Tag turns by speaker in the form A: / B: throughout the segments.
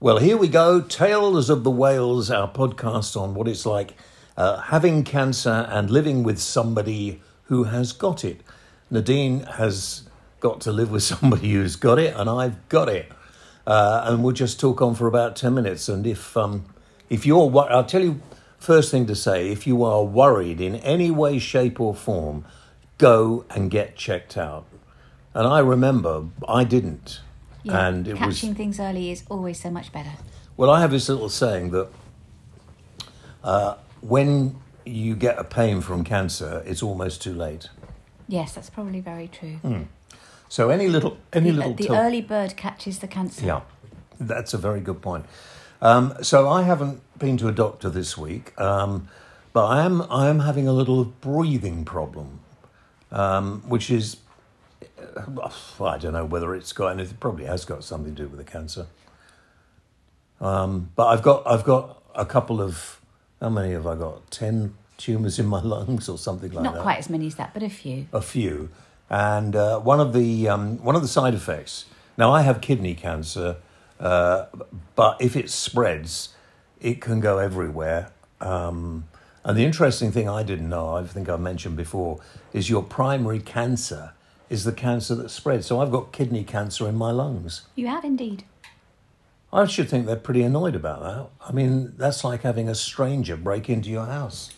A: Well, here we go. Tales of the Whales, our podcast on what it's like uh, having cancer and living with somebody who has got it. Nadine has got to live with somebody who's got it, and I've got it. Uh, and we'll just talk on for about 10 minutes. And if, um, if you're, wor- I'll tell you first thing to say if you are worried in any way, shape, or form, go and get checked out. And I remember I didn't.
B: Yeah,
A: and it was
B: catching things early is always so much better.
A: Well, I have this little saying that uh, when you get a pain from cancer, it's almost too late.
B: Yes, that's probably very true.
A: So any little, any
B: The,
A: Hmm. little,
B: the
A: tilt-
B: early bird catches the cancer.
A: yeah, that's a very good point. Um, so I haven't been to a doctor this week, um, but I am, I am having a little breathing problem, um, which is, uh, I don't know whether it's got, and it probably has got something to do with the cancer. Um, But I've got I've got a couple of how many have I got? Ten tumours in my lungs or something like
B: Not
A: that.
B: quite as many as that, but a few.
A: A few, and uh, one of the um, one of the side effects. Now I have kidney cancer, uh, but if it spreads, it can go everywhere. Um, and the interesting thing I didn't know, I think I mentioned before, is your primary cancer is the cancer that spreads. So I've got kidney cancer in my lungs.
B: You have indeed.
A: I should think they're pretty annoyed about that. I mean, that's like having a stranger break into your house.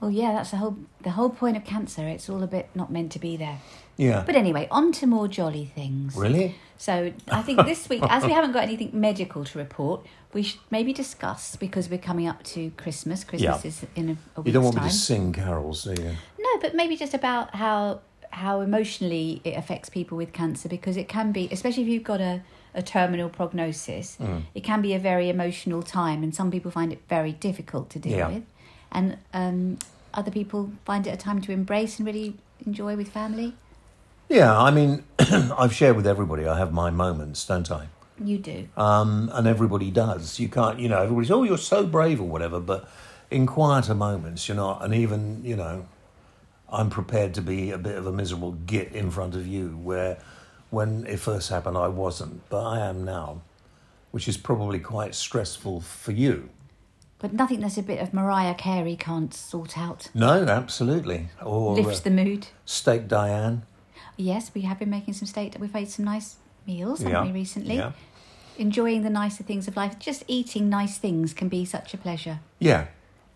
B: Well, yeah, that's the whole the whole point of cancer. It's all a bit not meant to be there.
A: Yeah.
B: But anyway, on to more jolly things.
A: really?
B: So I think this week, as we haven't got anything medical to report, we should maybe discuss because we're coming up to Christmas. Christmas
A: Yeah.
B: is in a, a week's
A: You don't want
B: time.
A: me to sing carols, do you?
B: No, but maybe just about how how emotionally it affects people with cancer because it can be, especially if you've got a, a terminal prognosis,
A: Mm.
B: it can be a very emotional time, and some people find it very difficult to deal
A: Yeah.
B: with, and um, other people find it a time to embrace and really enjoy with family.
A: Yeah, I mean, I've shared with everybody, I have my moments, don't I?
B: You do.
A: Um, and everybody does. You can't, you know, everybody's, oh, you're so brave or whatever, but in quieter moments, you're not. And even, you know, I'm prepared to be a bit of a miserable git in front of you, where when it first happened, I wasn't, but I am now, which is probably quite stressful for you.
B: But nothing that's a bit of Mariah Carey can't sort out.
A: No, absolutely. Or uh,
B: Lifts the mood.
A: Steak Diane.
B: Yes, we have been making some steak. We've made some nice meals, haven't
A: Yeah.
B: we, recently?
A: Yeah.
B: Enjoying the nicer things of life. Just eating nice things can be such a pleasure.
A: Yeah.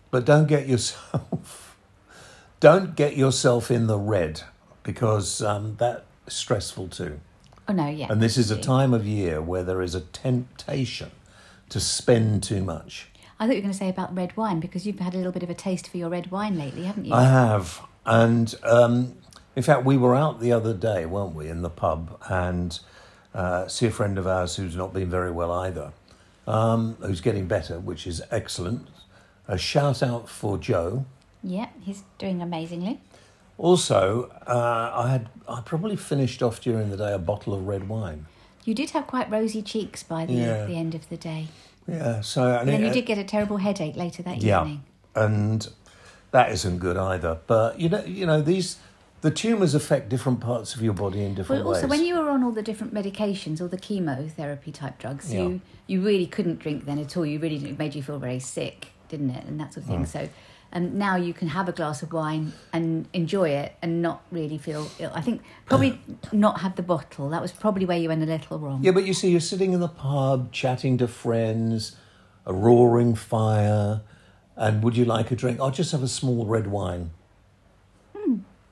A: But don't get yourself don't get yourself in the red because um, that's stressful too.
B: Oh no, yeah.
A: And this is a time of year where there is a temptation to spend too much.
B: I thought you were going to say about red wine because you've had a little bit of a taste for your red wine lately, haven't you?
A: I have. And um, in fact, we were out the other day, weren't we, in the pub, and uh, see a friend of ours who's not been very well either, um, who's getting better, which is excellent. A shout out for Joe.
B: yeah, he's doing amazingly.
A: Also, uh, I had I probably finished off during the day a bottle of red wine.
B: You did have quite rosy cheeks by the,
A: Yeah.
B: the end of the day.
A: Yeah, so and
B: But then
A: it- uh,
B: you did get a terrible headache later that
A: yeah,
B: evening.
A: and that isn't good either. But you know, you know these the tumors affect different parts of your body in different
B: Well, also,
A: ways.
B: when you were on all the different medications, all the chemotherapy type drugs, you you really couldn't drink then at all. You really it made you feel very sick, didn't it? And that sort of
A: Mm.
B: thing. So, um, now you can have a glass of wine and enjoy it and not really feel ill. I think probably not have the bottle. That was probably where you went a little wrong.
A: Yeah, but you see, you're sitting in the pub, chatting to friends, a roaring fire, and would you like a drink? I'll just have a small red wine.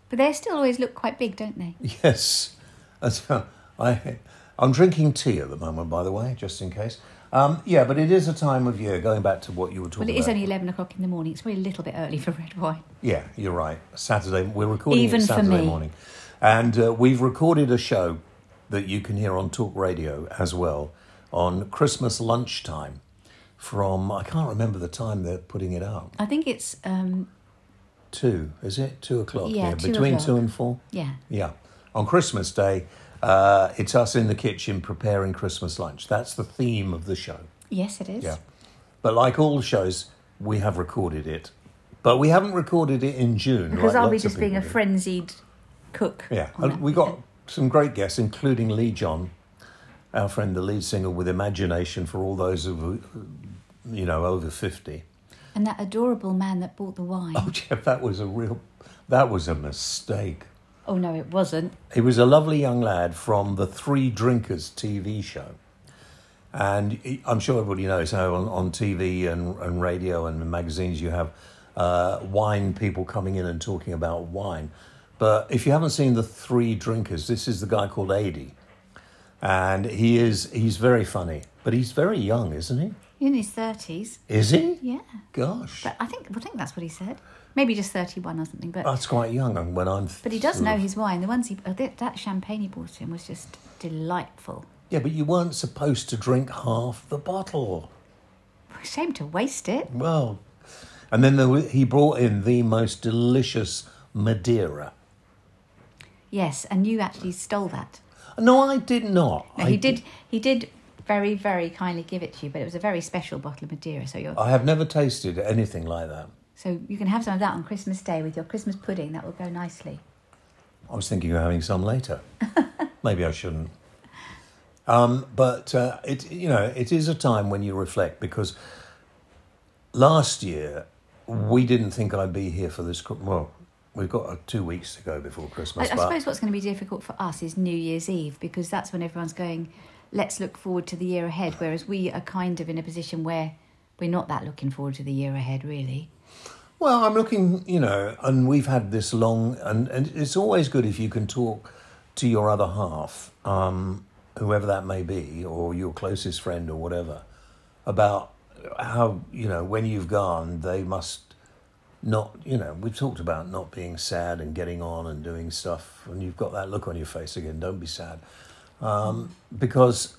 B: But they still always look quite big, don't they?
A: Yes. That's- I, I'm drinking tea at the moment, by the way, just in case. Um, yeah, but it is a time of year, going back to what you were talking
B: Well, it is
A: about.
B: only eleven o'clock in the morning. It's probably a little bit early for red wine.
A: Yeah, you're right. Saturday, we're recording
B: Even
A: it
B: for
A: Saturday
B: me.
A: morning. And uh, we've recorded a show that you can hear on Talk Radio as well on Christmas lunchtime from, I can't remember the time they're putting it out.
B: I think it's um,
A: Two, is it? Two o'clock?
B: Yeah, two
A: between
B: o'clock.
A: two and four.
B: yeah.
A: Yeah. On Christmas Day, uh, it's us in the kitchen preparing Christmas lunch. That's the theme of the show.
B: Yes, it is.
A: Yeah. But like all shows, we have recorded it. But we haven't recorded it in June.
B: Because
A: like
B: I'll be
A: lots of
B: just being a
A: people do.
B: frenzied cook.
A: Yeah.
B: on
A: And
B: that
A: we
B: one.
A: got some great guests, including Lee John, our friend, the lead singer with imagination for all those of uh, you know over fifty.
B: And that adorable man that bought the wine.
A: Oh, Jeff, that was a real, that was a mistake.
B: Oh, no, it wasn't.
A: He was a lovely young lad from the Three Drinkers TV show. And he- I'm sure everybody knows how on, on TV and, and radio and magazines you have uh, wine people coming in and talking about wine. But if you haven't seen the Three Drinkers, this is the guy called Adi. And he is, he's very funny. But he's very young, isn't
B: In his thirties.
A: he? Is he?
B: Yeah.
A: Gosh.
B: But I think I think that's what he said. Maybe just thirty-one or something. But
A: That's quite young. And when I'm.
B: but he does know his wine. The ones he uh, that, that champagne he bought him was just delightful.
A: Yeah, but you weren't supposed to drink half the bottle.
B: Shame to waste it.
A: Well, and then there, wa- he brought in the most delicious Madeira.
B: Yes, and you actually stole that.
A: No, I did not.
B: No,
A: I,
B: he did. He did very very kindly give it to you, but it was a very special bottle of Madeira. So you're
A: I have never tasted anything like that.
B: so you can have some of that on Christmas Day with your Christmas pudding. That will go nicely.
A: I was thinking of having some later. Maybe I shouldn't. Um, but uh, it, you know, it is a time when you reflect because last year we didn't think I'd be here for this. Chri- Well, we've got uh, two weeks to go before
B: I,
A: Christmas.
B: I
A: but
B: suppose what's going to be difficult for us is New Year's Eve because that's when everyone's going, let's look forward to the year ahead. Whereas we are kind of in a position where we're not that looking forward to the year ahead, really.
A: Well, I'm looking, you know, and we've had this long, and, and it's always good if you can talk to your other half, um, whoever that may be, or your closest friend or whatever, about how, you know, when you've gone, they must not, you know, we've talked about not being sad and getting on and doing stuff, and you've got that look on your face again, don't be sad. Um, because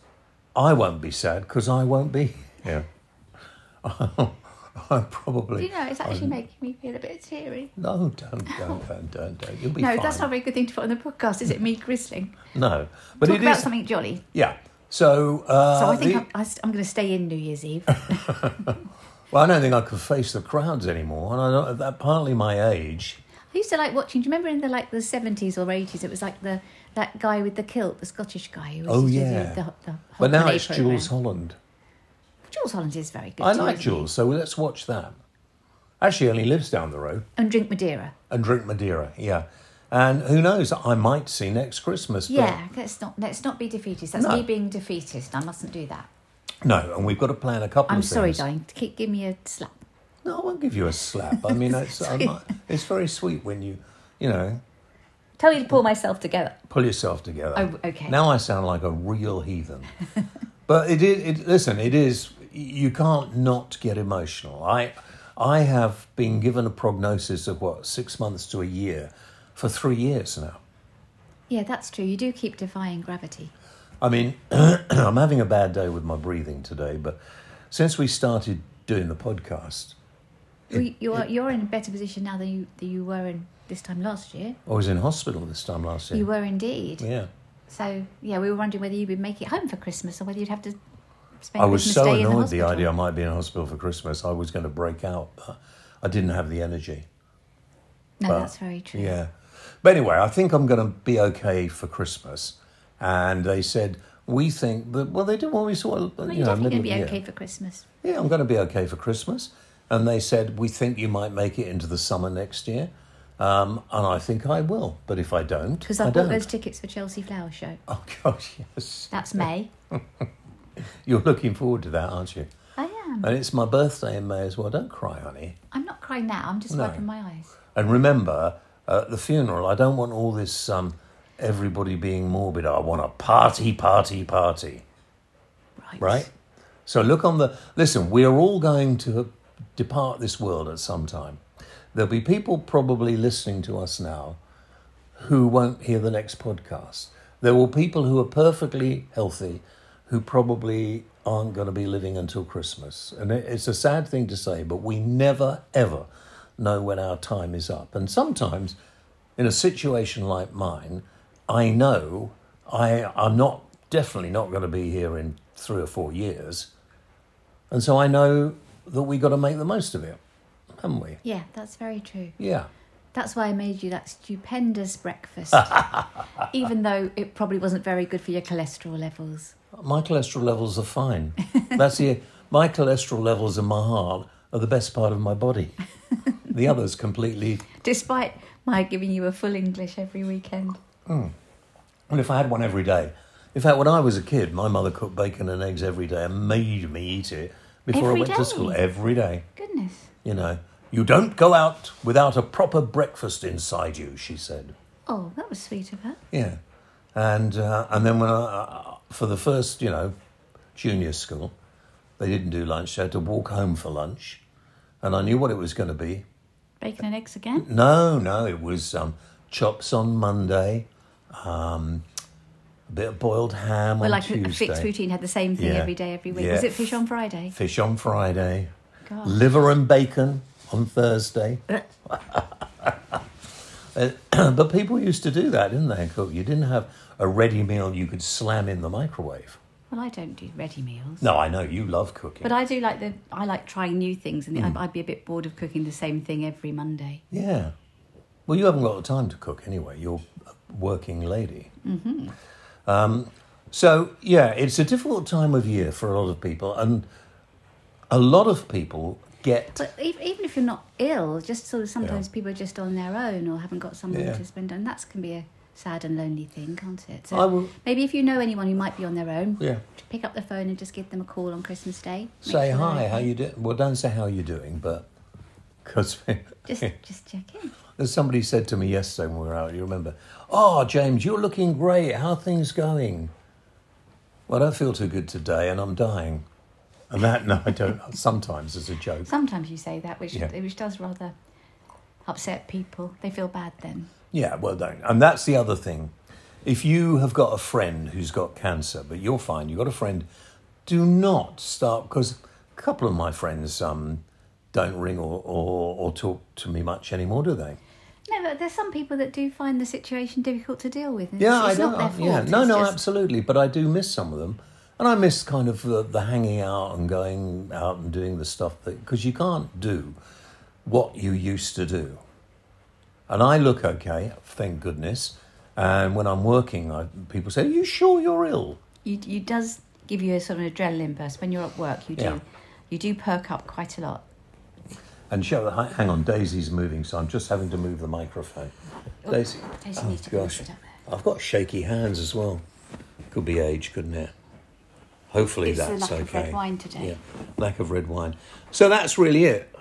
A: I won't be sad because I won't be here. I probably.
B: Do you know, it's actually making me feel a bit teary.
A: No, don't, don't, don't, don't, don't. You'll be
B: No,
A: fine.
B: that's not a very good thing to put on the podcast, is it? Me grizzling.
A: No, but
B: Talk
A: it
B: about
A: is.
B: something jolly.
A: Yeah. So, uh,
B: So I think
A: the-
B: I'm, I st- I'm going to stay in New Year's Eve.
A: well, I don't think I could face the crowds anymore, and I don't, that partly my age.
B: I used to like watching. Do you remember in the like the seventies or eighties? It was like the that guy with the kilt, the Scottish guy. Who used
A: Oh,
B: to do
A: yeah.
B: The, the hot
A: But now
B: ballet
A: it's
B: programme.
A: Jules Holland.
B: Jules Holland is very good.
A: I
B: too,
A: like
B: isn't he?
A: Jules, so let's watch that. Actually, he only lives down the road
B: And drink Madeira.
A: and drink Madeira. Yeah, and who knows? I might see next Christmas. but-
B: Yeah, let's not let's not be defeatist. That's
A: No.
B: me being defeatist. I mustn't do that.
A: No, and we've got to plan a couple.
B: I'm
A: of
B: sorry,
A: things.
B: darling. Keep, give me a slap.
A: No, I won't give you a slap. I mean, it's, I might, it's very sweet when you, you know,
B: Tell me to
A: Mm.
B: pull myself together.
A: Pull yourself together.
B: Oh, okay.
A: Now I sound like a real heathen. but it is. It, listen, it is. You can't not get emotional. I, I have been given a prognosis of what six months to a year, for three years now.
B: Yeah, that's true. You do keep defying gravity.
A: I mean, I'm having a bad day with my breathing today, but since we started doing the podcast,
B: Well, you- you're you're in a better position now than you than you were in this time last year.
A: I was in hospital this time last year.
B: You were indeed.
A: yeah.
B: So yeah, we were wondering whether you'd be make it home for Christmas or whether you'd have to spend.
A: I was
B: Christmas
A: so
B: Day in
A: annoyed
B: the,
A: the
B: hospital.
A: idea I might be in hospital for Christmas. I was going to break out, but I didn't have the energy.
B: No,
A: but-
B: that's very true.
A: Yeah. But anyway, I think I'm going to be okay for Christmas. And they said, we think that, well, they did when we saw, you
B: Well,
A: know,
B: you're
A: middle
B: definitely
A: of
B: going to
A: the
B: be
A: year.
B: okay for Christmas.
A: Yeah, I'm going to be okay for Christmas. And they said, we think you might make it into the summer next year. Um, and I think I will. But if I don't,
B: Because
A: I
B: I, bought
A: don't.
B: those tickets for Chelsea Flower Show.
A: Oh, gosh, yes.
B: That's May.
A: You're looking forward to that, aren't you?
B: I am.
A: And it's my birthday in May as well. Don't cry, honey.
B: I'm not crying now. I'm just
A: No.
B: wiping my eyes.
A: And remember, at the funeral, I don't want all this um, everybody being morbid. I want a party, party, party,
B: Right.
A: right? So look on the. Listen, we are all going to depart this world at some time. There'll be people probably listening to us now who won't hear the next podcast. There will people who are perfectly healthy who probably aren't going to be living until Christmas. And it- it's a sad thing to say, but we never, ever know when our time is up. And sometimes in a situation like mine, I know I, I'm not definitely not going to be here in three or four years. And so I know that we got to make the most of it, haven't we?
B: Yeah, that's very true.
A: Yeah.
B: That's why I made you that stupendous breakfast, even though it probably wasn't very good for your cholesterol levels.
A: My cholesterol levels are fine. That's the my cholesterol levels in my heart are the best part of my body. the others completely.
B: Despite my giving you a full English every weekend.
A: Well, if I had one every day. In fact, when I was a kid, my mother cooked bacon and eggs every day and made me eat it before I
B: Every
A: went
B: day?
A: to school every day.
B: Goodness.
A: You know, you don't go out without a proper breakfast inside you, she said.
B: Oh, that was sweet of her.
A: Yeah, and uh, and then when I, uh, for the first, you know, junior school, they didn't do lunch. They had to walk home for lunch, and I knew what it was going to be.
B: Bacon and eggs again?
A: No, no, it was um, chops on Monday, um, a bit of boiled ham
B: Well,
A: on
B: like a-
A: Tuesday,
B: a fixed routine, had the same thing
A: Yeah.
B: every day, every week.
A: Yeah.
B: Was it fish on Friday?
A: fish on Friday,
B: God.
A: liver and bacon on Thursday. Uh, but people used to do that, didn't they? Cook. You didn't have a ready meal you could slam in the microwave.
B: Well, I don't do ready meals.
A: No, I know you love cooking.
B: But I do like the. I like trying new things, and
A: Mm.
B: the- I'd, I'd be a bit bored of cooking the same thing every Monday.
A: yeah. Well, you haven't got the time to cook anyway. You're a working lady. Mm-hmm. Um, so, yeah, it's a difficult time of year for a lot of people. And a lot of people get.
B: But ev- even if you're not ill, just sort of sometimes people are just on their own or haven't got someone
A: Yeah.
B: to spend on. That can be a sad and lonely thing, can't it? So
A: I will-
B: maybe if you know anyone who might be on their own,
A: Yeah.
B: pick up the phone and just give them a call on Christmas Day. Make
A: Say
B: sure they're
A: hi, how
B: okay.
A: you doing? Well, don't say how you're doing, but. Because
B: Just just check in.
A: As somebody said to me yesterday when we were out, you remember, oh, James, you're looking great. How are things going? Well, I don't feel too good today and I'm dying. And that, no, I don't. Sometimes as a joke.
B: Sometimes you say that, which
A: Yeah.
B: which does rather upset people. They feel bad then.
A: Yeah, well, don't. And that's the other thing. If you have got a friend who's got cancer, but you're fine, you've got a friend, do not start, because a couple of my friends um, don't ring or, or, or talk to me much anymore, do they?
B: No, but there's some people that do find the situation difficult to deal with. and
A: Yeah,
B: it's, it's
A: I
B: not
A: don't.
B: their fault.
A: yeah, no,
B: it's
A: no,
B: just-
A: absolutely. But I do miss some of them, and I miss kind of the, the hanging out and going out and doing the stuff that because you can't do what you used to do. And I look okay, thank goodness. And when I'm working, I, people say, "Are you sure you're ill?"
B: you, you does give you a sort of an adrenaline burst when you're at work. You do,
A: Yeah.
B: you do perk up quite a lot.
A: And show, hi- hang on, Daisy's moving, so I'm just having to move the microphone. Daisy,
B: Daisy
A: oh,
B: needs to
A: gosh,
B: sit up there.
A: I've got shaky hands as well. Could be age, couldn't it? Hopefully
B: It's the
A: that's
B: lack of
A: okay.
B: red wine today.
A: Yeah, lack of red wine. So that's really it,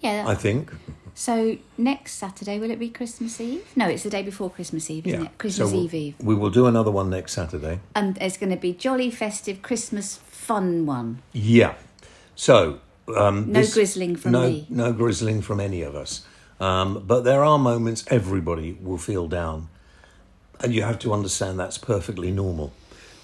B: Yeah.
A: I think.
B: so next Saturday will it be Christmas Eve? No, it's the day before Christmas Eve, isn't
A: Yeah.
B: it? Christmas
A: So we'll-
B: Eve Eve,
A: We will do another one next Saturday.
B: and it's going to be jolly festive Christmas fun one.
A: Yeah. So um,
B: No grizzling from
A: no,
B: me.
A: No grizzling from any of us. Um, but there are moments everybody will feel down, and you have to understand that's perfectly normal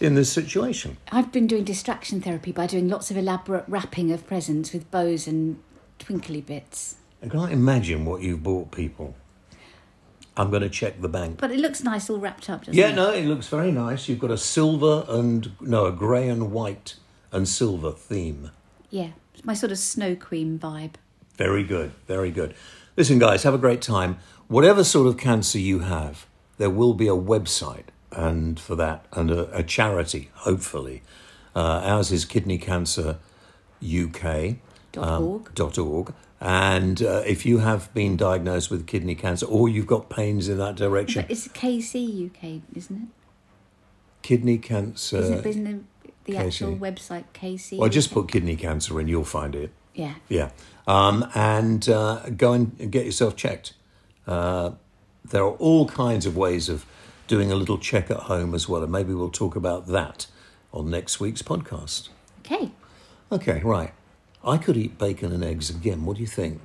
A: in this situation.
B: I've been doing distraction therapy by doing lots of elaborate wrapping of presents with bows and twinkly bits.
A: I can't imagine what you've bought people. I'm going to check the bank.
B: But it looks nice all wrapped up, doesn't
A: Yeah,
B: it?
A: no, it looks very nice. You've got a silver and no, a grey and white and silver theme.
B: Yeah, it's my sort of snow queen vibe.
A: Very good, very good. Listen, guys, have a great time. Whatever sort of cancer you have, there will be a website and for that and a, a charity, hopefully. Uh, ours is Kidney Cancer UK.
B: Dot
A: Um,
B: org.
A: dot org. And uh, if you have been diagnosed with kidney cancer or you've got pains in that direction,
B: But it's KC UK, isn't it?
A: kidney cancer.
B: Isn't it isn't it the actual
A: KC.
B: website KC?
A: Well, just put kidney cancer in, you'll find it.
B: yeah.
A: Yeah. Um, and uh, go and get yourself checked. Uh, there are all kinds of ways of doing a little check at home as well. And maybe we'll talk about that on next week's podcast.
B: Okay.
A: Okay, right. I could eat bacon and eggs again. What do you think?